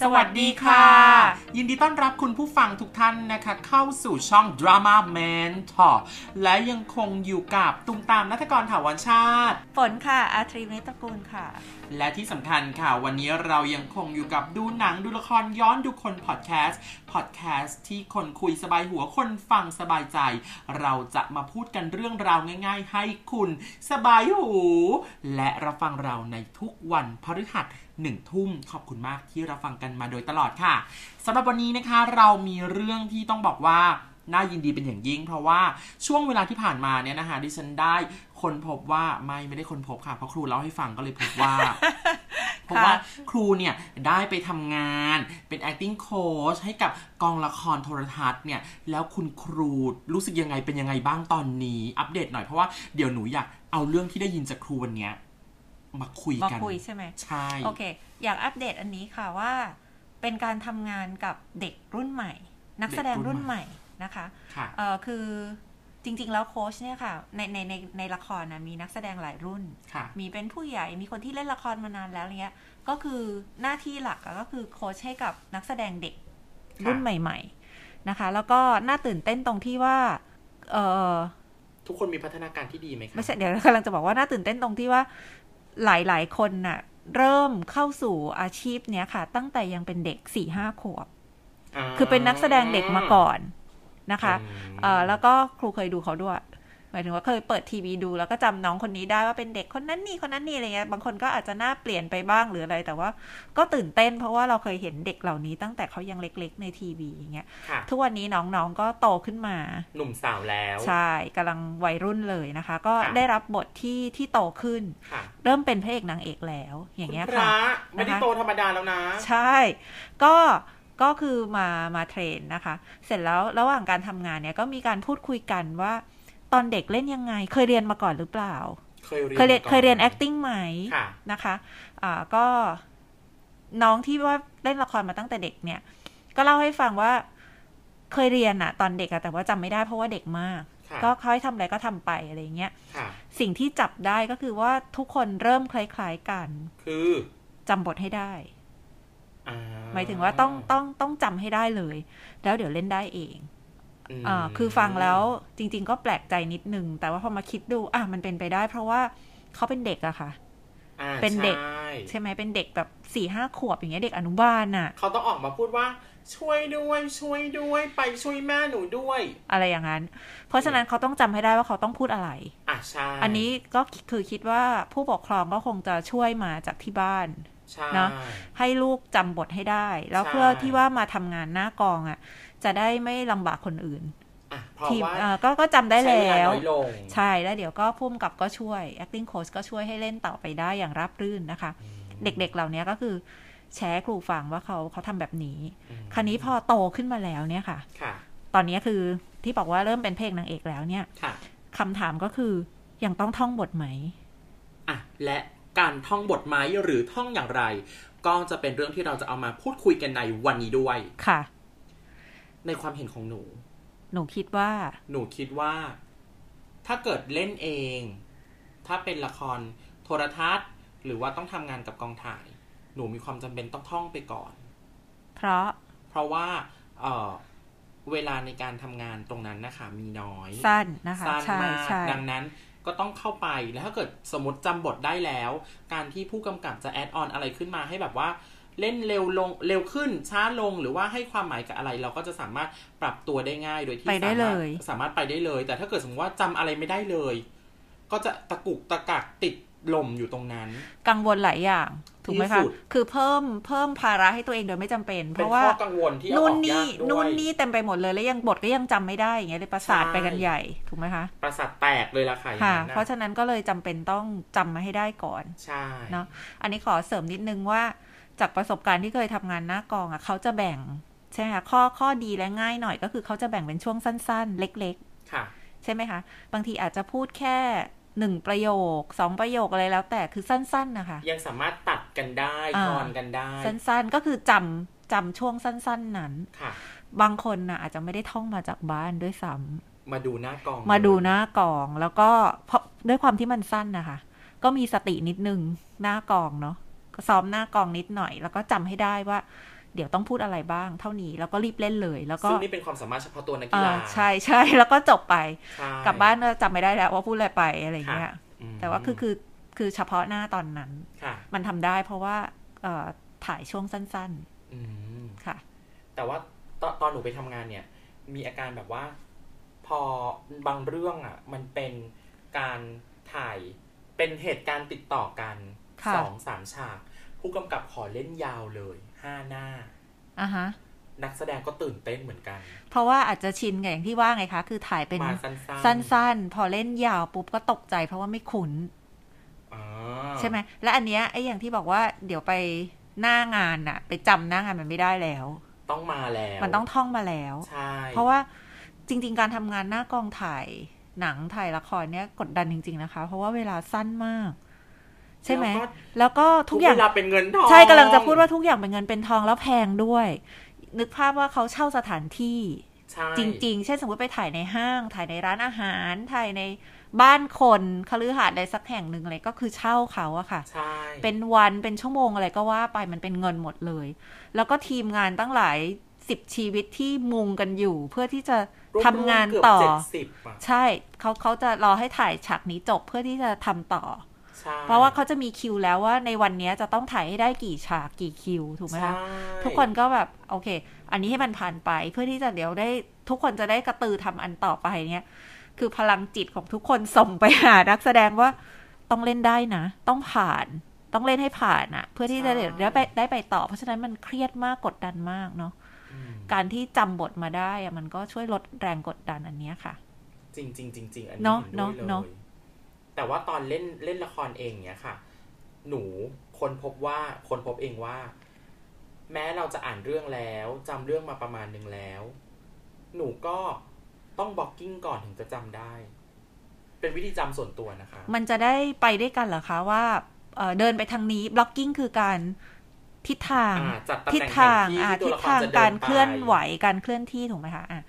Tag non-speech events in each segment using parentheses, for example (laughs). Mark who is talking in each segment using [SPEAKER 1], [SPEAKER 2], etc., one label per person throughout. [SPEAKER 1] สวัสดีค่ะ
[SPEAKER 2] ยินดีต้อนรับคุณผู้ฟังทุกท่านนะคะ เข้าสู่ช่อง Drama Mentor และยังคงอยู่กับตุมตามนัทกรถาวรชาติ
[SPEAKER 1] ฝนค่ะ อาทรีวินิจตระกูลค่ะ
[SPEAKER 2] และที่สำคัญค่ะ วันนี้เรายังคงอยู่กับดูหนังดูละครย้อนดูคนพอดแคสต์พอดแคสต์ที่คนคุยสบายหัวคนฟังสบายใจ เราจะมาพูดกันเรื่องราวง่าย ๆ ให้คุณสบายหู และรับฟังเราในทุกวันพฤหัสหนึ่งทุ่มขอบคุณมากที่รับฟังกันมาโดยตลอดค่ะสำหรับวันนี้นะคะ เรามีเรื่องที่ต้องบอกว่า น่ายินดีเป็นอย่างยิ่ง เพราะว่าช่วงเวลาที่ผ่านมาเนี่ยนะคะดิฉันได้คนพบว่าไม่ไม่ได้คนพบค่ะเพราะครูเล่าให้ฟังก็เลยพบ
[SPEAKER 1] (laughs)
[SPEAKER 2] ว่า เพราะว่าครูเนี่ยได้ไปทำงานเป็น acting coach ให้กับกองละครโทรทัศน์เนี่ยแล้วคุณครูรู้สึกยังไงเป็นยังไงบ้างตอนนี้อัปเดตหน่อยเพราะว่าเดี๋ยวหนูอยากเอาเรื่องที่ได้ยินจากครูวันเนี้ยมาคุย
[SPEAKER 1] มา
[SPEAKER 2] กัน
[SPEAKER 1] คุยใช่ไหม
[SPEAKER 2] ใช่
[SPEAKER 1] โอเค อยากอัปเดตอันนี้ค่ะว่า เป็นการทำงานกับเด็กรุ่นใหม่ นักแสดงรุ่นใหม่นะคะ
[SPEAKER 2] ค่ะ
[SPEAKER 1] เอ่อคือจริงๆแล้วโค้ชเนี่ยค่ะ ในในในในละครนะมีนักแสดงหลายรุ่น
[SPEAKER 2] ค่ะ
[SPEAKER 1] มีเป็นผู้ใหญ่มีคนที่เล่นละครมานานแล้วอะไรเงี้ยก็คือหน้าที่หลักอะก็คือโค้ชให้กับนักแสดงเด็ก
[SPEAKER 2] ค่ะ
[SPEAKER 1] รุ่นใหม่ ๆนะคะ แล้วก็น่าตื่นเต้นตรงที่ว่าเออ
[SPEAKER 2] ทุกคนมีพัฒนาการที่ดีไหมคะ
[SPEAKER 1] ไม่ใช่เดี๋ยว (laughs) กำลังจะบอกว่าน่าตื่นเต้นตรงที่ว่าหลายๆ คนน่ะ เริ่มเข้าสู่อาชีพเนี้ยค่ะ ตั้งแต่ยังเป็นเด็กสี่ห้าขวบ
[SPEAKER 2] า
[SPEAKER 1] คือเป็นนักแสดงเด็กมาก่อนนะคะ
[SPEAKER 2] อืม
[SPEAKER 1] เออแล้วก็ครูเคยดูเขาด้วยหมายถึงว่าเคยเปิดทีวีดูแล้วก็จำน้องคนนี้ได้ว่าเป็นเด็กคนนั้นนี่คนนั้นนี่อะไรเงี้ยบางคนก็อาจจะหน้าเปลี่ยนไปบ้างหรืออะไร แต่ว่าก็ตื่นเต้นเพราะว่าเราเคยเห็นเด็กเหล่านี้ตั้งแต่เขายังเล็ก ๆ ในทีวีอย่างเงี้ย
[SPEAKER 2] ค่ะ
[SPEAKER 1] ทุกวันนี้น้องๆก็โตขึ้นมา
[SPEAKER 2] หนุ่มสาวแล้ว
[SPEAKER 1] ใช่กำลังวัยรุ่นเลยนะคะ ก็
[SPEAKER 2] ค่ะ
[SPEAKER 1] ได้รับบทที่ที่โตขึ้น
[SPEAKER 2] ค่ะ
[SPEAKER 1] เริ่มเป็นพระเอกนางเอกแล้วอย่างเงี้ย
[SPEAKER 2] ณพ
[SPEAKER 1] ค่ะ
[SPEAKER 2] ระไม่ได้
[SPEAKER 1] นะคะ
[SPEAKER 2] โตธรรมดาแล้วนะ
[SPEAKER 1] ใช่ก็ก็คือมามาเทรนนะคะ เสร็จแล้วระหว่างการทำงานเนี่ยก็มีการพูดคุยกันว่าตอนเด็กเล่นยังไง เคยเรียนมาก่อนหรือเปล่า
[SPEAKER 2] เคยเรียน
[SPEAKER 1] เคยเรียน
[SPEAKER 2] มา
[SPEAKER 1] เคยเรี
[SPEAKER 2] ก่อ
[SPEAKER 1] ยน acting ไหม
[SPEAKER 2] ค่ะ
[SPEAKER 1] นะคะอ่าก็น้องที่ว่าเล่นละครมาตั้งแต่เด็กเนี่ย ก็เล่าให้ฟังว่าเคยเรียนอะตอนเด็กอะแต่ว่าจำไม่ได้เพราะว่าเด็กมาก
[SPEAKER 2] ค่ะ
[SPEAKER 1] ก็เขาให้ทำอะไรก็ทำไปอะไรอย่างเงี้ย
[SPEAKER 2] ค่ะ
[SPEAKER 1] สิ่งที่จับได้ก็คือว่าทุกคนเริ่มคล้ายๆกัน
[SPEAKER 2] คือ
[SPEAKER 1] จำบทให้ได้
[SPEAKER 2] อ่
[SPEAKER 1] หมายถึงว่าต้องต้องต้องจำให้ได้เลย แล้วเดี๋ยวเล่นได้เอง
[SPEAKER 2] ม
[SPEAKER 1] อ่าคือฟังแล้วจริง ๆ ก็แปลกใจนิดนึง แต่ว่าพอมาคิดดูอ่ะมันเป็นไปได้ เพราะว่าเขาเป็นเด็กอะค่ะ
[SPEAKER 2] อ่า
[SPEAKER 1] เป็นเด็ก
[SPEAKER 2] ใช่
[SPEAKER 1] ใช่ไหมเป็นเด็กแบบสี่ห้าขวบอย่างเงี้ยเด็กอนุบาลน่ะ
[SPEAKER 2] เขาต้องออกมาพูดว่า ช่วยด้วย ช่วยด้วย ไปช่วยแม่หนูด้วย
[SPEAKER 1] อะไรอย่างนั้น เพราะฉะนั้นเขาต้องจำให้ได้ว่าเขาต้องพูดอะไร
[SPEAKER 2] อ่ะใช่
[SPEAKER 1] อันนี้ก็คือคิดว่าผู้ปกครองก็คงจะช่วยมาจากที่บ้าน
[SPEAKER 2] ใช่
[SPEAKER 1] เนอะ ให้ลูกจำบทให้ได้ แล้วเพื่อที่ว่ามาทำงานหน้ากองอะ่ะ จะได้ไม่ลำบากคนอื่น
[SPEAKER 2] อ่ะเพราะ
[SPEAKER 1] ทีม
[SPEAKER 2] ว่า
[SPEAKER 1] เอ่อก็ก็จำได้
[SPEAKER 2] ใช้เา
[SPEAKER 1] แล้ว
[SPEAKER 2] น้อยลง
[SPEAKER 1] ใช่แล้วเดี๋ยวก็พุ่มกับก็ช่วย acting coach ก็ช่วยให้เล่นต่อไปได้อย่างราบรื่นนะคะ
[SPEAKER 2] อืม
[SPEAKER 1] เด็กๆเหล่านี้ก็คือแชร์ครูฟังว่าเขาเขาทำแบบนี้
[SPEAKER 2] อืม
[SPEAKER 1] คราวนี้พอโตขึ้นมาแล้วเนี่ยค่ะ
[SPEAKER 2] ค่ะ
[SPEAKER 1] ตอนนี้คือที่บอกว่าเริ่มเป็นเพลงนางเอกแล้วเนี่ย
[SPEAKER 2] ค่ะ
[SPEAKER 1] คำถามก็คือยังต้องท่องบทไหม
[SPEAKER 2] อ่ะและการท่องบทไหม้หรือท่องอย่างไร ก็จะเป็นเรื่องที่เราจะเอามาพูดคุยกันในวันนี้ด้วย
[SPEAKER 1] ค่ะ
[SPEAKER 2] ในความเห็นของหนู
[SPEAKER 1] หนูคิดว่า
[SPEAKER 2] หนูคิดว่า ถ้าเกิดเล่นเอง ถ้าเป็นละครโทรทัศน์ หรือว่าต้องทำงานกับกองถ่าย หนูมีความจำเป็นต้องท่องไปก่อน
[SPEAKER 1] เพราะ
[SPEAKER 2] เพราะว่า เออเวลาในการทำงานตรงนั้นนะคะมีน้อย
[SPEAKER 1] สั้นนะคะ
[SPEAKER 2] สั้น
[SPEAKER 1] ใช่
[SPEAKER 2] มาก
[SPEAKER 1] ใช่
[SPEAKER 2] ดังนั้นก็ต้องเข้าไปแล้วถ้าเกิดสมมติจำบทได้แล้ว การที่ผู้กำกับจะแอดออนอะไรขึ้นมาให้แบบว่า เล่นเร็วลงเร็วขึ้นช้าลงหรือว่าให้ความหมายกับอะไร เราก็จะสามารถปรับตัวได้ง่ายโดยที่
[SPEAKER 1] ไปได้เลย
[SPEAKER 2] สามารถไปได้เลย แต่ถ้าเกิดสมมติว่าจำอะไรไม่ได้เลย ก็จะตะกุกตะกักติดลมอยู่ตรงนั้น
[SPEAKER 1] กังวลหลายอย่าง ถูกไหม
[SPEAKER 2] ที่
[SPEAKER 1] คะ
[SPEAKER 2] สุด
[SPEAKER 1] คือเพิ่มเพิ่มภาระให้ตัวเองโดยไม่จำเป็น เพ
[SPEAKER 2] เป็น
[SPEAKER 1] ราะว่า
[SPEAKER 2] ข้อกังวลที่เอาอ
[SPEAKER 1] นู่น
[SPEAKER 2] อกยา
[SPEAKER 1] นี่
[SPEAKER 2] กด้วย
[SPEAKER 1] นู่นนี่เต็มไปหมดเลยแล้วยังบทก็ยังจำไม่ได้อย่างเงี้ยเลยประสาท
[SPEAKER 2] ใช่
[SPEAKER 1] ไปกันใหญ่ถูกไหมคะ
[SPEAKER 2] ประสาทแตกเลยล่ะค่ะอย่าง
[SPEAKER 1] ค่ะ
[SPEAKER 2] นั้น
[SPEAKER 1] เพราะ
[SPEAKER 2] นะ
[SPEAKER 1] ฉะนั้นก็เลยจำเป็นต้องจำมาให้ได้ก่อน
[SPEAKER 2] ใช่
[SPEAKER 1] เนาะ อันนี้ขอเสริมนิดนึงว่า จากประสบการณ์ที่เคยทำงานหน้ากองอ่ะเขาจะแบ่งใช่ไหมคะข้อข้อดีและง่ายหน่อยก็คือเขาจะแบ่งเป็นช่วงสั้น ๆ เล็ก ๆ
[SPEAKER 2] ค่ะ
[SPEAKER 1] ใช่ไหมคะ บางทีอาจจะพูดแค่หนึ่งประโยคสองประโยคอะไรแล้วแต่คือสั้นๆนะคะ
[SPEAKER 2] ยังสามารถตัดกันได้
[SPEAKER 1] อ่า
[SPEAKER 2] ทอนกันได้
[SPEAKER 1] สั้นๆก็คือจำจำช่วงสั้น ๆ นั้น
[SPEAKER 2] ค่ะ
[SPEAKER 1] บางคนนะอาจจะไม่ได้ท่องมาจากบ้านด้วยซ้ำ
[SPEAKER 2] มาดูหน้ากอง
[SPEAKER 1] มาดูหน้ากองแล้วก็เพราะด้วยความที่มันสั้นนะคะ ก็มีสตินิดนึงหน้ากองเนาะก็ซ้อมหน้ากองนิดหน่อย แล้วก็จำให้ได้ว่า เดี๋ยวต้องพูดอะไรบ้างเท่านี้แล้วก็รีบเล่นเลย แล้วก็
[SPEAKER 2] ซึ่งนี่เป็นความสามารถเฉพาะตัวนักกี
[SPEAKER 1] เอ่
[SPEAKER 2] ฬา
[SPEAKER 1] อใช่ใช่แล้วก็จบไป
[SPEAKER 2] ใช่
[SPEAKER 1] กลับบ้านก็จำไม่ได้แล้วว่าพูดอะไรไปอะไรอย่างเงี้ย
[SPEAKER 2] อืม
[SPEAKER 1] แต่ว่าคือคือคือเฉพาะหน้าตอนนั้น
[SPEAKER 2] ค่ะ
[SPEAKER 1] มันทำได้เพราะว่าเอ่อถ่ายช่วงสั้น
[SPEAKER 2] อืม
[SPEAKER 1] ๆค่ะ
[SPEAKER 2] แต่ว่าตอนตอนหนูไปทำงานเนี่ย มีอาการแบบว่า พอบางเรื่องอ่ะ มันเป็นการถ่ายเป็นเหตุการณ์ติดต่อกัน
[SPEAKER 1] ค่ะ
[SPEAKER 2] สองสามฉาก ผู้กำกับขอเล่นยาวเลยห้าหน้า
[SPEAKER 1] อ่ะฮะ
[SPEAKER 2] นักแสดงก็ตื่นเต้นเหมือนกัน
[SPEAKER 1] เพราะว่าอาจจะชินกับอย่างที่ว่าไงคะ คือถ่ายเป็น
[SPEAKER 2] มาสั้นๆ
[SPEAKER 1] สั้นๆ พอเล่นยาวปุ๊บก็ตกใจเพราะว่าไม่คุ้น
[SPEAKER 2] อ่า
[SPEAKER 1] ใช่ไหม และอันเนี้ยไอ้อย่างที่บอกว่าเดี๋ยวไปหน้างานน่ะ ไปจำหน้างานมันไม่ได้แล้ว
[SPEAKER 2] ต้องมาแล้ว
[SPEAKER 1] มันต้องท่องมาแล้ว
[SPEAKER 2] ใช่
[SPEAKER 1] เพราะว่าจริง ๆ การทำงานหน้ากองถ่ายหนังถ่ายละครเนี้ยกดดันจริง ๆ นะคะ เพราะว่าเวลาสั้นมาก ใช่ไหม
[SPEAKER 2] แล้วก็
[SPEAKER 1] แล้วก็ทุ
[SPEAKER 2] ทุ
[SPEAKER 1] ก
[SPEAKER 2] กอย่
[SPEAKER 1] อา
[SPEAKER 2] ย่าง งเวลาเป็นเงินทอง
[SPEAKER 1] ใช่กำลังจะพูดว่าทุกอย่างเป็นเงินเป็นทองแล้วแพงด้วย นึกภาพว่าเขาเช่าสถานที่
[SPEAKER 2] ใช่
[SPEAKER 1] จริง ๆ เช่นสมมติไปถ่ายในห้าง ถ่ายในร้านอาหาร ถ่ายในบ้านคนคฤหาสน์อะไรสักแห่งหนึ่งอะไรก็คือเช่าเขาอะค่ะ
[SPEAKER 2] ใช่
[SPEAKER 1] เป็นวันเป็นชั่วโมงอะไรก็ว่าไปมันเป็นเงินหมดเลย แล้วก็ทีมงานตั้งหลายสิบชีวิตที่มุงกันอยู่ เพื่อที่จะทำงานต่อ
[SPEAKER 2] รวมๆเกือบเจ็ดสิบอ่ะ
[SPEAKER 1] ใช่เขาเขาจะรอให้ถ่ายฉากนี้จบเพื่อที่จะทำต่อ
[SPEAKER 2] ใช่
[SPEAKER 1] เพราะว่าเขาจะมีคิวแล้วว่าในวันเนี้ยจะต้องถ่ายให้ได้กี่ฉากกี่คิวถูกไหม
[SPEAKER 2] ใช่
[SPEAKER 1] คะ ทุกคนก็แบบโอเค อันนี้ให้มันผ่านไปเพื่อที่จะเดี๋ยวได้ทุกคนจะได้กระตือทำอันต่อไปเนี่ยคือพลังจิตของทุกคนส่งไปหานักแสดงว่าต้องเล่นได้นะ ต้องผ่านต้องเล่นให้ผ่านอะเพื่อที่จะ
[SPEAKER 2] ใช่
[SPEAKER 1] เดี๋ยวได้ไปได้ไปต่อ เพราะฉะนั้นมันเครียดมากกดดันมากเนาะ
[SPEAKER 2] อืม
[SPEAKER 1] การที่จำบทมาได้อะมันก็ช่วยลดแรงกดดันอันเนี้ยค่ะ
[SPEAKER 2] จริงจริงจริงจริงอันนี้
[SPEAKER 1] เนอะ
[SPEAKER 2] เห็นด้วยเล
[SPEAKER 1] เนอะเนอะ
[SPEAKER 2] ยแต่ว่าตอนเล่นเล่นละครเองเนี่ยค่ะ หนูคนพบว่าคนพบเองว่า แม้เราจะอ่านเรื่องแล้วจำเรื่องมาประมาณหนึ่งแล้ว หนูก็ต้องบล็อกกิ้งก่อนถึงจะจำได้ เป็นวิธีจำส่วนตัวนะคะ
[SPEAKER 1] มันจะได้ไปด้วยกันเหรอคะว่าเอ่อเดินไปทางนี้ blocking คือการทิศทาง
[SPEAKER 2] อ่าจัดตำแห
[SPEAKER 1] ทิศ
[SPEAKER 2] น่งแผ
[SPEAKER 1] ทาง
[SPEAKER 2] นที่
[SPEAKER 1] อ่า
[SPEAKER 2] ที่ตัว
[SPEAKER 1] ทิศ
[SPEAKER 2] ละคร
[SPEAKER 1] ทาง
[SPEAKER 2] จะเดิ
[SPEAKER 1] การ
[SPEAKER 2] นไป
[SPEAKER 1] เคลื่อนไหวการเคลื่อนที่ถูกไหมคะอ่ะ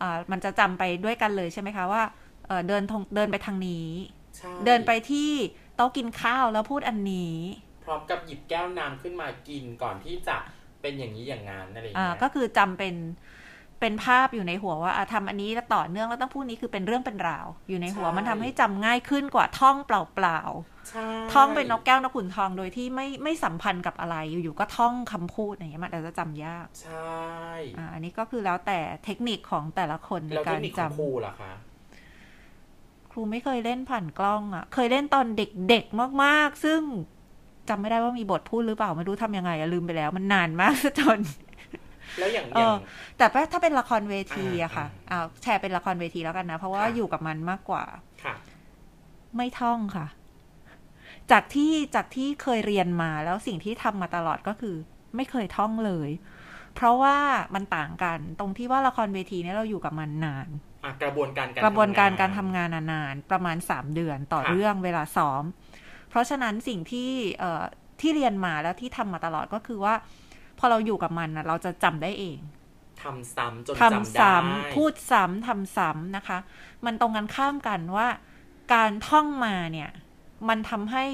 [SPEAKER 1] อ่ามันจะจำไปด้วยกันเลยใช่ไหมคะว่าเอ่อเดินทงเดินไปทางนี้
[SPEAKER 2] ใช่
[SPEAKER 1] เดินไปที่โต๊ะกินข้าวแล้วพูดอันนี้
[SPEAKER 2] พร้อมกับหยิบแก้วน้ำขึ้นมากินก่อนที่จะเป็นอย่างนี้อย่างนั้นอะไรอย่าง
[SPEAKER 1] อ่า
[SPEAKER 2] เงี้ย
[SPEAKER 1] ก็คือจำเป็นเป็นภาพอยู่ในหัวว่าอ่ะทำอันนี้แล้วต่อเนื่องแล้วต้องพูดนี้คือเป็นเรื่องเป็นราว อยู่ในหัวมันทำให้จำง่ายขึ้นกว่าท่องเปล่า
[SPEAKER 2] ใช่
[SPEAKER 1] ๆท่องเป็นนกแก้วนกขุนทองโดยที่ไม่ไม่สัมพันธ์กับอะไรอยู่ๆก็ท่องคำพูดอย่างเงี้ยมันอาจจะจำยาก
[SPEAKER 2] ใช่
[SPEAKER 1] อ่าอันนี้ก็คือแล้วแต่เทคนิคของแต่ละคนใน
[SPEAKER 2] แล้วเท
[SPEAKER 1] กา
[SPEAKER 2] ค
[SPEAKER 1] ร
[SPEAKER 2] นิคข
[SPEAKER 1] จำ
[SPEAKER 2] องครูล่ะคะ
[SPEAKER 1] ครูไม่เคยเล่นผ่านกล้องอะ่ะ เคยเล่นตอนเด็กๆมากๆ ซึ่งจำไม่ได้ว่ามีบทพูดหรือเปล่า ไม่รู้ทำยังไงอะลืมไปแล้วมันนานมาก จน
[SPEAKER 2] แล้วอย่าง
[SPEAKER 1] เอ
[SPEAKER 2] อ
[SPEAKER 1] อ
[SPEAKER 2] ย่าง
[SPEAKER 1] แต่ว่าถ้าเป็นละครเวทีอะค่ะ
[SPEAKER 2] อ่า
[SPEAKER 1] เอาแชร์เป็นละครเวทีแล้วกันนะ เพราะว่า
[SPEAKER 2] ค่ะ
[SPEAKER 1] อยู่กับมันมากกว่า
[SPEAKER 2] ค่ะ
[SPEAKER 1] ไม่ท่องค่ะ จากที่จากที่เคยเรียนมาแล้วสิ่งที่ทำมาตลอดก็คือ ไม่เคยท่องเลย เพราะว่ามันต่างกัน ตรงที่ว่าละครเวทีเนี่ยเราอยู่กับมันนาน
[SPEAKER 2] อ่ะกระบวนการการ
[SPEAKER 1] กระบวนการ
[SPEAKER 2] ทำง
[SPEAKER 1] การทำงานนานๆประมาณ 3 เดือนต่อเรื่องเวลาซ้อม เพราะฉะนั้นสิ่งที่เอ่อที่เรียนมาแล้วที่ทำมาตลอดก็คือว่า พอเราอยู่กับมันนะเราจะจำได้เอง
[SPEAKER 2] ทำซ้ำจน
[SPEAKER 1] ทำ
[SPEAKER 2] จำได้
[SPEAKER 1] ซ้ำพูดซ้ำทำซ้ำนะคะ มันตรงกันข้ามกันว่า การท่องมาเนี่ย มันทำให้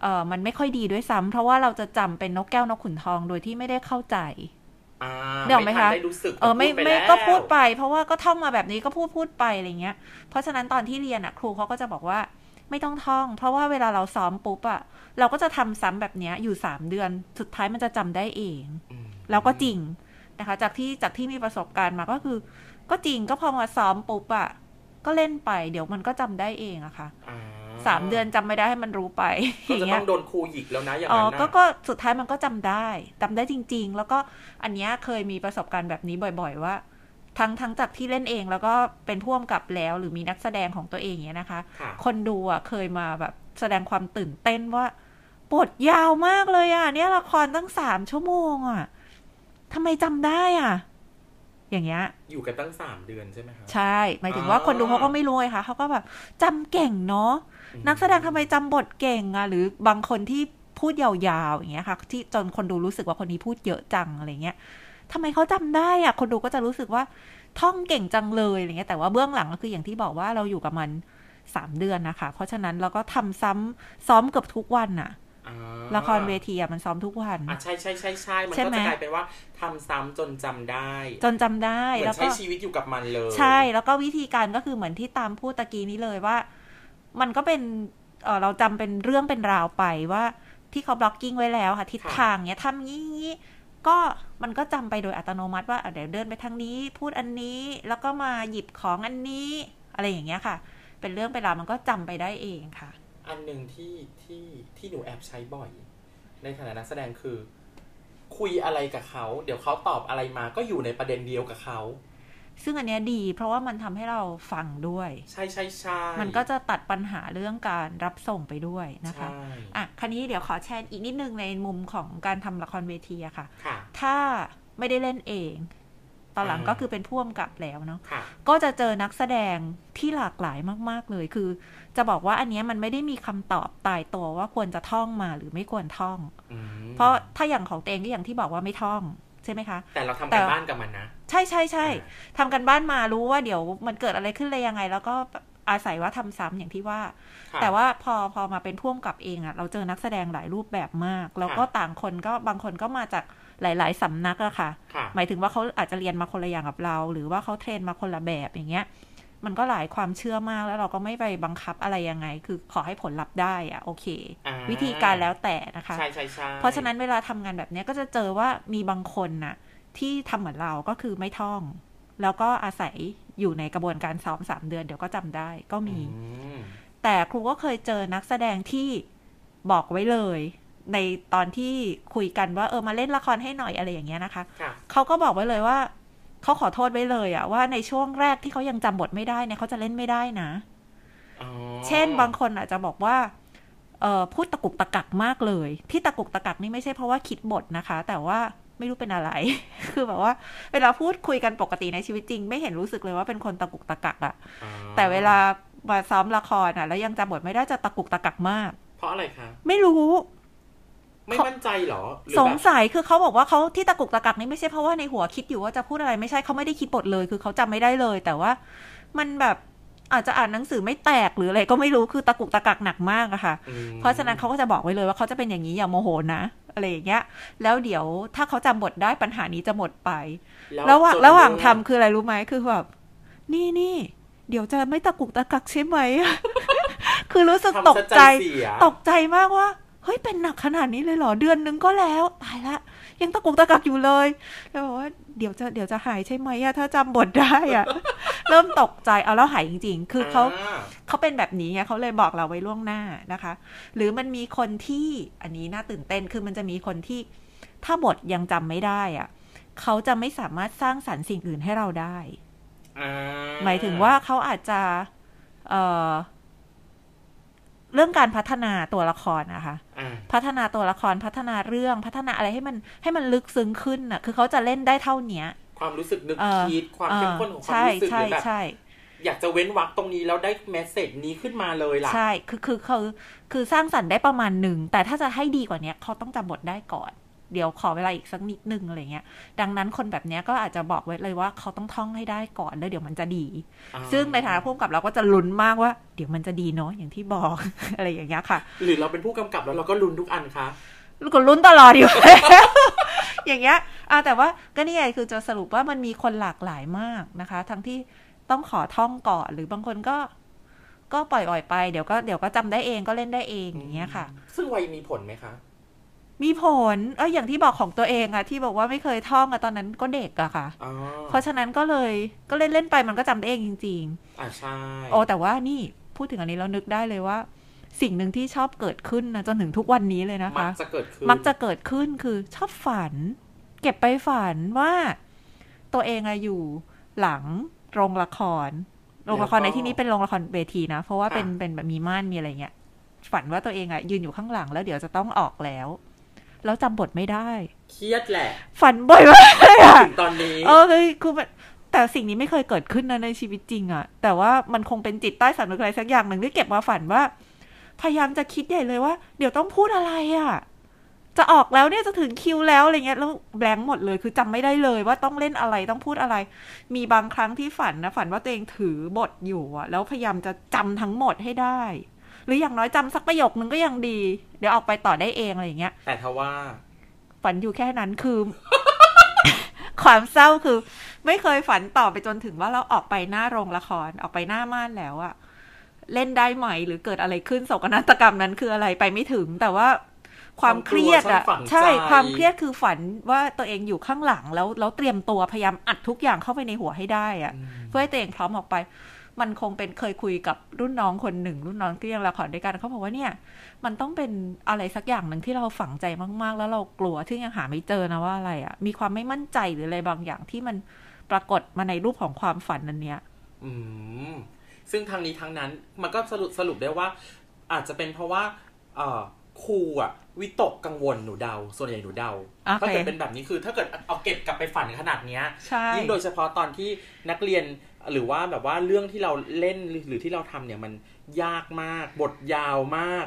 [SPEAKER 1] เอ่อมันไม่ค่อยดีด้วยซ้ำเพราะว่าเราจะจำเป็นนกแก้วนกขุนทองโดยที่ไม่ได้เข้าใจ
[SPEAKER 2] อ่า
[SPEAKER 1] เดี๋ยวไหม
[SPEAKER 2] ทัน
[SPEAKER 1] คะ
[SPEAKER 2] ได้รู้สึก
[SPEAKER 1] เออไม่
[SPEAKER 2] พูดป
[SPEAKER 1] ไม่
[SPEAKER 2] แล้ว
[SPEAKER 1] ก็พูดไป เพราะว่าก็ท่องมาแบบนี้ก็พูดพูดไปอะไรเงี้ย เพราะฉะนั้นตอนที่เรียนอ่ะ ครูเขาก็จะบอกว่าไม่ต้องท่อง เพราะว่าเวลาเราซ้อมปุ๊บอ่ะเราก็จะทำซ้ำแบบเนี้ยอยู่ 3 เดือนสุดท้ายมันจะจำได้เอง
[SPEAKER 2] อืม
[SPEAKER 1] แล้วก็จริงนะคะ จากที่จากที่มีประสบการณ์มาก็คือ ก็จริงก็พอมาซ้อมปุ๊บอ่ะก็เล่นไป เดี๋ยวมันก็จำได้เองอะค่ะ
[SPEAKER 2] อ่
[SPEAKER 1] สามเดือนจำไม่ได้ให้มันรู้ไป (laughs)
[SPEAKER 2] ก็
[SPEAKER 1] อย่า
[SPEAKER 2] จะ
[SPEAKER 1] งเงี้
[SPEAKER 2] ต้
[SPEAKER 1] ย
[SPEAKER 2] องโดนครูหยิกแล้วนะอย่าง
[SPEAKER 1] อ๋อ
[SPEAKER 2] นั้นนะ
[SPEAKER 1] ก็ก็สุดท้ายมันก็จำได้จำได้จริง ๆ แล้วก็อันเนี้ยเคยมีประสบการณ์แบบนี้บ่อย ๆ ว่า ทั้งทั้งจากที่เล่นเองแล้วก็เป็นพ่วงกับแล้ว หรือมีนักแสดงของตัวเองอย่างเนี้ยนะคะ
[SPEAKER 2] ค่ะ
[SPEAKER 1] คนดูอ่ะเคยมาแบบแสดงความตื่นเต้นว่าบทยาวมากเลยอ่ะ เนี่ยละครตั้งสามชั่วโมงอ่ะทำไมจำได้อ่ะ อย่างเงี้ย
[SPEAKER 2] อยู่กันตั้งสามเดือนใช่ไหมคะ
[SPEAKER 1] ใช่หมายถึงว่าคนดูเขาก็ไม่รู้ไงคะเขาก็แบบจำเก่งเนาะ
[SPEAKER 2] อืม
[SPEAKER 1] นักแสดงทำไมจำบทเก่งอะหรือบางคนที่พูดยาวๆอย่างเงี้ยค่ะ ที่จนคนดูรู้สึกว่าคนนี้พูดเยอะจังอะไรเงี้ยทำไมเขาจำได้อะคนดูก็จะรู้สึกว่าท่องเก่งจังเลยอะไรเงี้ยแต่ว่าเบื้องหลังก็คืออย่างที่บอกว่าเราอยู่กับมันสามเดือนนะคะ เพราะฉะนั้นเราก็ทำซ้ำซ้อมเกือบทุกวันน่ะ
[SPEAKER 2] อ่า
[SPEAKER 1] ละครเวทีอะมันซ้อมทุกวัน
[SPEAKER 2] อ่ะใช่ใช่ใช่ใช่มัน
[SPEAKER 1] ใช่
[SPEAKER 2] ก็
[SPEAKER 1] ไหม
[SPEAKER 2] จะกลายเป็นว่าทำซ้ำจนจำได้
[SPEAKER 1] จนจำได้
[SPEAKER 2] เหมือ
[SPEAKER 1] แล้ว
[SPEAKER 2] น
[SPEAKER 1] ก็
[SPEAKER 2] ใช้ชีวิตอยู่กับมันเลย
[SPEAKER 1] ใช่แล้วก็วิธีการก็คือเหมือนที่ตามพูดตะกี้นี้เลยว่า มันก็เป็นเออเราจำเป็นเรื่องเป็นราวไปว่าที่เขาบล็อกกิ้งไว้แล้วค่ะทิศทางเนี้ยทำงี้งี้ก็มันก็จำไปโดยอัตโนมัติว่าอ่ะเดี๋ยวเดินไปทางนี้ พูดอันนี้แล้วก็มาหยิบของอันนี้ อะไรอย่างเงี้ยค่ะ เป็นเรื่องเป็นราวมันก็จำไปได้เองค่ะ
[SPEAKER 2] อันหนึ่งที่ที่ที่หนูแอบใช้บ่อย ในฐานะนักแสดงคือ คุยอะไรกับเขา เดี๋ยวเขาตอบอะไรมาก็อยู่ในประเด็นเดียวกับเขา
[SPEAKER 1] ซึ่งอันเนี้ยดี เพราะว่ามันทำให้เราฟังด้วย
[SPEAKER 2] ใช่ใช่ใช่
[SPEAKER 1] มันก็จะตัดปัญหาเรื่องการรับส่งไปด้วยนะคะ
[SPEAKER 2] ใช่
[SPEAKER 1] อ่ะคันนี้เดี๋ยวขอแชร์อีกนิดนึงในมุมของการทำละครเวทีอะค่ะ
[SPEAKER 2] ค่ะ
[SPEAKER 1] ถ้าไม่ได้เล่นเอง ตอนหลัง
[SPEAKER 2] อ่า
[SPEAKER 1] ก็คือเป็นพ่วงกับแล้วเนาะ
[SPEAKER 2] ค่ะ
[SPEAKER 1] ก็จะเจอนักแสดงที่หลากหลายมาก ๆ เลย คือ จะบอกว่าอันเนี้ยมันไม่ได้มีคำตอบตายตัวว่าควรจะท่องมาหรือไม่ควรท่อง
[SPEAKER 2] อืม
[SPEAKER 1] เพราะถ้าอย่างของเตงก็อย่างที่บอกว่าไม่ท่องใช่ไหมคะ
[SPEAKER 2] แต่เราทำ
[SPEAKER 1] แต่
[SPEAKER 2] การบ้านกับมันนะ
[SPEAKER 1] ใช่ใช่ใช่
[SPEAKER 2] อ่า
[SPEAKER 1] ทำกันบ้านมารู้ว่าเดี๋ยวมันเกิดอะไรขึ้นเลยยังไง แล้วก็อาศัยว่าทำซ้ำอย่างที่ว่า
[SPEAKER 2] ค่ะ
[SPEAKER 1] แต่ว่าพอพอมาเป็นพ่วงกับเองอะเราเจอนักแสดงหลายรูปแบบมาก แล้วก็
[SPEAKER 2] ค่ะ
[SPEAKER 1] ต่างคนก็บางคนก็มาจากหลาย ๆสำนักอะค่ะ
[SPEAKER 2] ค่ะ
[SPEAKER 1] หมายถึงว่าเขาอาจจะเรียนมาคนละอย่างกับเรา หรือว่าเขาเทรนมาคนละแบบอย่างเงี้ย มันก็หลายความเชื่อมากแล้วเราก็ไม่ไปบังคับอะไรยังไง คือขอให้ผลลัพธ์ได้อะโอเค
[SPEAKER 2] อ่า
[SPEAKER 1] วิธีการแล้วแต่นะคะ
[SPEAKER 2] ใช่ใช่ใช่
[SPEAKER 1] เพราะฉะนั้นเวลาทำงานแบบเนี้ยก็จะเจอว่ามีบางคนน่ะ ที่ทำเหมือนเราก็คือไม่ท่อง แล้วก็อาศัยอยู่ในกระบวนการซ้อมสามเดือนเดี๋ยวก็จำได้ก็มี
[SPEAKER 2] อืม
[SPEAKER 1] แต่ครูก็เคยเจอนักแสดงที่บอกไว้เลย ในตอนที่คุยกันว่าเออมาเล่นละครให้หน่อยอะไรอย่างเงี้ยนะคะ
[SPEAKER 2] ค่ะ
[SPEAKER 1] เขาก็บอกไว้เลยว่า เขาขอโทษไว้เลยอะว่าในช่วงแรกที่เขายังจำบทไม่ได้เนี่ยเขาจะเล่นไม่ได้นะ
[SPEAKER 2] อ๋อ
[SPEAKER 1] เช่นบางคนอาจจะบอกว่าเอ่อพูดตะกุกตะกักมากเลย ที่ตะกุกตะกักนี่ไม่ใช่เพราะว่าคิดบทนะคะ แต่ว่าไม่รู้เป็นอะไร (laughs) คือแบบว่า เวลาพูดคุยกันปกติในชีวิตจริง ไม่เห็นรู้สึกเลยว่าเป็นคนตะกุกตะกักอะ
[SPEAKER 2] อ๋อ
[SPEAKER 1] แต่เวลามาซ้อมละครอะแล้วยังจำบทไม่ได้จะตะกุกตะกักมาก
[SPEAKER 2] เพราะอะไรคะ
[SPEAKER 1] ไม่รู้
[SPEAKER 2] ไม่มั่นใจเหรอหรือ
[SPEAKER 1] ส
[SPEAKER 2] แบบ
[SPEAKER 1] งสัยคือเขาบอกว่าเขาที่ตะกุกตะกักนี่ไม่ใช่เพราะว่าในหัวคิดอยู่ว่าจะพูดอะไรไม่ใช่เขาไม่ได้คิดบทเลย คือเขาจำไม่ได้เลย แต่ว่ามันแบบอาจจะอ่านหนังสือไม่แตกหรืออะไรก็ไม่รู้คือตะกุกตะกักหนักมากอะค่ะ
[SPEAKER 2] อืม
[SPEAKER 1] เพราะฉะนั้นเขาก็จะบอกไว้เลยว่าเขาจะเป็นอย่างนี้อย่าโมโหนะอะไรอย่างเงี้ย แล้วเดี๋ยวถ้าเขาจำบทได้ปัญหานี้จะหมดไป ระหว่าง
[SPEAKER 2] จน
[SPEAKER 1] ระหว่างทำ
[SPEAKER 2] เ
[SPEAKER 1] คืออะไรรู้ไหมคือแบบนี่นี่เดี๋ยวจะไม่ตะกุกตะกักใช่ไหม (laughs) คือรู้สึก
[SPEAKER 2] ทำ
[SPEAKER 1] ตกใจ
[SPEAKER 2] เสีย
[SPEAKER 1] ตกใจมากว่า เฮ้ยเป็นหนักขนาดนี้เลยเหรอ เดือนนึงก็แล้ว ตายละ ยังตะกุกตะกักอยู่เลยแล้วบอกว่าเดี๋ยวจะเดี๋ยวจะหายใช่ไหมอะถ้าจำบทได้อะ (laughs) เริ่มตกใจเอาแล้วหายจริง ๆ คือเขา
[SPEAKER 2] อ่
[SPEAKER 1] เขาเป็นแบบนี้ไงเขาเลยบอกเราไว้ล่วงหน้านะคะ หรือมันมีคนที่อันนี้น่าตื่นเต้นคือมันจะมีคนที่ ถ้าบทยังจำไม่ได้อะเขาจะไม่สามารถสร้างสรรค์สิ่งอื่นให้เราได้
[SPEAKER 2] อ่
[SPEAKER 1] หมายถึงว่าเขาอาจจะเอ่อเรื่องการพัฒนาตัวละครนะคะ
[SPEAKER 2] อ่า
[SPEAKER 1] พัฒนาตัวละครพัฒนาเรื่องพัฒนาอะไรให้มันให้มันลึกซึ้งขึ้นน่ะ คือเขาจะเล่นได้เท่าเนี้ย
[SPEAKER 2] ความรู้สึกนึก
[SPEAKER 1] เอ่อ
[SPEAKER 2] คิดความเข้มข้นของความ
[SPEAKER 1] ใช่
[SPEAKER 2] รู้สึกห
[SPEAKER 1] ใช่
[SPEAKER 2] รือแบบ
[SPEAKER 1] ใช่
[SPEAKER 2] อยากจะเว้นวรรคตรงนี้แล้วได้เมสเซจนี้ขึ้นมาเลยล่ะ
[SPEAKER 1] ใช่ คือ คือคือคือสร้างสรรค์ได้ประมาณหนึ่ง แต่ถ้าจะให้ดีกว่าเนี้ยเขาต้องจำบทได้ก่อน เดี๋ยวขอเวลาอีกสักนิดนึงอะไรเงี้ย ดังนั้นคนแบบเนี้ยก็อาจจะบอกไว้เลยว่าเขาต้องท่องให้ได้ก่อนแล้วเดี๋ยวมันจะดี
[SPEAKER 2] อ่า
[SPEAKER 1] ซึ่งในฐานะผู้กำกับเราก็จะลุ้นมากว่า เดี๋ยวมันจะดีเนาะ อย่างที่บอก (laughs) อะไรอย่างเงี้ยค่ะ
[SPEAKER 2] หรือเราเป็นผู้กำกับแล้วเราก็ลุ้นทุกอันคะ
[SPEAKER 1] ลูกก็ลุ้นตลอดอยู่ (laughs) แล้วอย่างเงี้ยอ่ะแต่ว่าก็นี่ไงคือจะสรุปว่ามันมีคนหลากหลายมากนะคะ ทั้งที่ต้องขอท่องก่อนหรือบางคนก็ ก็ปล่อยๆไป เดี๋ยวก็เดี๋ยวก็จำได้เองก็เล่นได้เองอย่างเงี้ยค่ะ
[SPEAKER 2] ซึ่งวัยมีผลไหมคะ
[SPEAKER 1] มีผลเอยอย่างที่บอกของตัวเองอะที่บอกว่าไม่เคยท่องอะตอนนั้นก็เด็กอะค่ะ
[SPEAKER 2] อ๋อ
[SPEAKER 1] เพราะฉะนั้นก็เลยก็เล่นเล่นๆไปมันก็จำได้เองจริง
[SPEAKER 2] อ่าใช่
[SPEAKER 1] ๆ โอ้แต่ว่านี่พูดถึงอันนี้แล้วนึกได้เลยว่า สิ่งหนึ่งที่ชอบเกิดขึ้นนะจนถึงทุกวันนี้เลยนะคะ
[SPEAKER 2] มักจะเกิดขึ้น
[SPEAKER 1] มักจะเกิดขึ้นคือชอบฝัน เก็บไปฝันว่า ตัวเองอะอยู่หลังโรงละคร โรงละครในที่นี้เป็นโรงละครเวทีนะ เพราะว่าเป็นเป็นแบบมีม่านมีอะไรเงี้ยฝันว่าตัวเองอะยืนอยู่ข้างหลังแล้วเดี๋ยวจะต้องออกแล้ว แล้วจำบทไม่ได้
[SPEAKER 2] เครียดแหละ
[SPEAKER 1] ฝันบ่อยมากเลยอะ
[SPEAKER 2] ถึงตอนนี้
[SPEAKER 1] เออคือคือมันแต่สิ่งนี้ไม่เคยเกิดขึ้นนะในชีวิตจริงอะแต่ว่ามันคงเป็นจิตใต้สำนึกอะไรสักอย่างหนึ่งที่เก็บมาฝันว่า พยายามจะคิดใหญ่เลยว่า เดี๋ยวต้องพูดอะไรอะจะออกแล้วเนี่ยจะถึงคิวแล้วอะไรเงี้ยแล้วแบงค์หมดเลย คือจำไม่ได้เลยว่าต้องเล่นอะไรต้องพูดอะไร มีบางครั้งที่ฝันนะฝันว่าตัวเองถือบทอยู่อะแล้วพยายามจะจำทั้งหมดให้ได้ หรืออย่างน้อยจำสักประโยคนึงก็ยังดี เดี๋ยวออกไปต่อได้เองอะไรอย่างเงี้ย
[SPEAKER 2] แต่ทว่า
[SPEAKER 1] ฝันอยู่แค่นั้นคือ (laughs) ความเศร้าคือ ไม่เคยฝันต่อไปจนถึงว่าเราออกไปหน้าโรงละครออกไปหน้าม่านแล้วอะเล่นได้ไหมหรือเกิดอะไรขึ้นโศกนาฏกรรมนั้นคืออะไรไปไม่ถึง แต่ว่าความเครียดอะ
[SPEAKER 2] ความกลัวซ่อนฝังใจ
[SPEAKER 1] ใช่ความเครียดคือฝันว่าตัวเองอยู่ข้างหลังแล้วแล้วเตรียมตัวพยายามอัดทุกอย่างเข้าไปในหัวให้ได้อะ เพื่อให้ตัวเองพร้อมออกไป มันคงเป็นเคยคุยกับรุ่นน้องคนหนึ่ง รุ่นน้องที่เรียนละครด้วยกันเขาบอกว่าเนี่ย มันต้องเป็นอะไรสักอย่างหนึ่งที่เราฝังใจมากๆ แล้วเรากลัวที่ยังหาไม่เจอนะว่าอะไรอะ่ะ มีความไม่มั่นใจหรืออะไรบางอย่างที่มันปรากฏมาในรูปของความฝันนั้นเนี้ย
[SPEAKER 2] อืมซึ่งทางนี้ทางนั้นมันก็สรุปสรุปได้ว่า อาจจะเป็นเพราะว่า เอ่อครูอะวิตกกังวลหนูเดา ส่วนใหญ่หนูเดา
[SPEAKER 1] โอเค
[SPEAKER 2] ถ้าเกิดเป็นแบบนี้คือ ถ้าเกิดเอาเก็บกลับไปฝันขนาดเนี้ย
[SPEAKER 1] ใช่
[SPEAKER 2] ยิ่งโดยเฉพาะตอนที่นักเรียนหรือว่าแบบว่าเรื่องที่เราเล่นหรือหรือที่เราทำเนี่ยมันยากมาก บทยาวมาก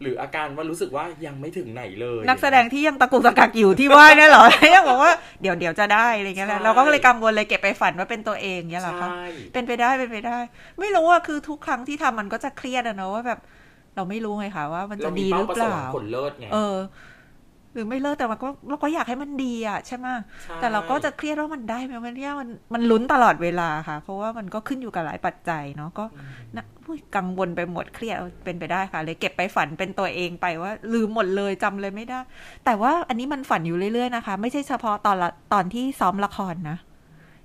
[SPEAKER 2] หรืออาการว่ารู้สึกว่ายังไม่ถึงไหนเลย
[SPEAKER 1] นักแสดงที่ยังตะกุกตะกักอยู่ที่ว่าเนี่ยเหรอ (laughs) ยังบอกว่าเดี๋ยวเดี๋ยวจะได้อะไรเงี้ยแหละเราก็เลยกังวลเลยเก็บไปฝันว่าเป็นตัวเองเงี้ยเหรอคะ
[SPEAKER 2] ใช่
[SPEAKER 1] เป็นไปได้เป็นไปได้ ไม่รู้ว่าคือทุกครั้งที่ทำมันก็จะเครียดอะเนาะว่าแบบ เราไม่รู้ไงคะว่ามันจะ
[SPEAKER 2] เรามี
[SPEAKER 1] ดีห
[SPEAKER 2] เป้า
[SPEAKER 1] รือเป
[SPEAKER 2] ประสง
[SPEAKER 1] ล่า
[SPEAKER 2] ค์ผลเลิศไง
[SPEAKER 1] เออ หรือไม่เลิกแต่มันก็เราก็อยากให้มันดีอะใช่ไหม
[SPEAKER 2] ใช่
[SPEAKER 1] แต่เราก็จะเครียดว่ามันได้ไหมมันเนี่ยมันมันลุ้นตลอดเวลาค่ะ เพราะว่ามันก็ขึ้นอยู่กับหลายปัจจัยเนาะก็
[SPEAKER 2] อืม
[SPEAKER 1] นะอุ๊ยกังวลไปหมดเครียดเป็นไปได้ค่ะ เลยเก็บไปฝันเป็นตัวเองไปว่า ลืมหมดเลยจำเลยไม่ได้ แต่ว่าอันนี้มันฝันอยู่เรื่อยๆนะคะ ไม่ใช่เฉพาะตอนละตอนที่ซ้อมละครนะ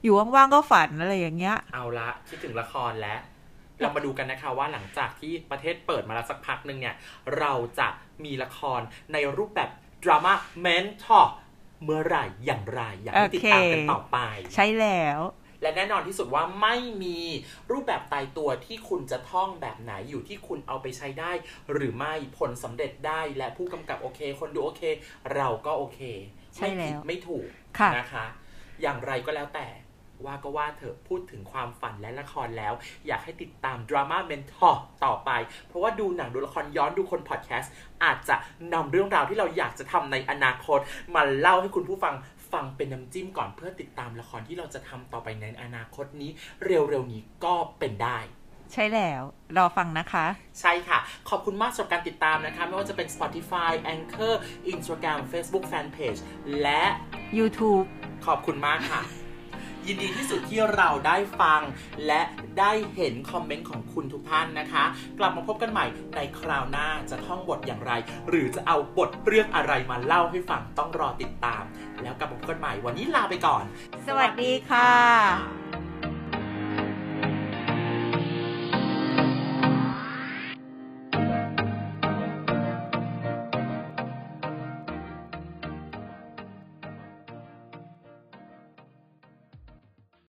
[SPEAKER 1] อยู่ว่างๆก็ฝันอะไรอย่างเงี้ย
[SPEAKER 2] เอาละคิดถึงละครแล้ว เรามาดูกันนะคะว่าหลังจากที่ประเทศเปิดมาแล้วสักพักหนึ่งเนี่ย เราจะมีละครในรูปแบบดราม่าเมนทอร์เมื่อไหร่อย่างไร อยากให้ติดตามกันต่อไป
[SPEAKER 1] ใช่แล้ว
[SPEAKER 2] และแน่นอนที่สุดว่าไม่มีรูปแบบตายตัวที่คุณจะท่องแบบไหนอยู่ที่คุณเอาไปใช้ได้ หรือไม่ผลสำเร็จได้และผู้กำกับโอเค คนดูโอเค เราก็โอเค
[SPEAKER 1] ใช่
[SPEAKER 2] ไม่
[SPEAKER 1] แล้ว
[SPEAKER 2] ผิดไม่ถูก
[SPEAKER 1] ค่ะ
[SPEAKER 2] นะคะ อย่างไรก็แล้วแต่ว่าก็ว่าเถอะพูดถึงความฝันและละครแล้ว อยากให้ติดตามดราม่าเมนทอร์ต่อไป เพราะว่าดูหนังดูละครย้อนดูคนพอดแคสต์อาจจะนำเรื่องราวที่เราอยากจะทำในอนาคต มาเล่าให้คุณผู้ฟังฟังเป็นน้ำจิ้มก่อนเพื่อติดตามละครที่เราจะทำต่อไปในอนาคตนี้ เร็วๆนี้ก็เป็นได้
[SPEAKER 1] ใช่แล้ว รอฟังนะคะ
[SPEAKER 2] ใช่ค่ะ ขอบคุณมากสำหรับการติดตามนะคะ ไม่ว่าจะเป็น Spotify Anchor Instagram Facebook Fanpage และ
[SPEAKER 1] YouTube
[SPEAKER 2] ขอบคุณมากค่ะ (laughs) ยินดีที่สุดที่เราได้ฟัง และได้เห็นคอมเมนต์ของคุณทุกท่านนะคะ กลับมาพบกันใหม่ในคราวหน้าจะท่องบทอย่างไร หรือจะเอาบทเรื่องอะไรมาเล่าให้ฟังต้องรอติดตาม แล้วกลับมาพบกันใหม่วันนี้ลาไปก่อน
[SPEAKER 1] สวัสดีค่ะ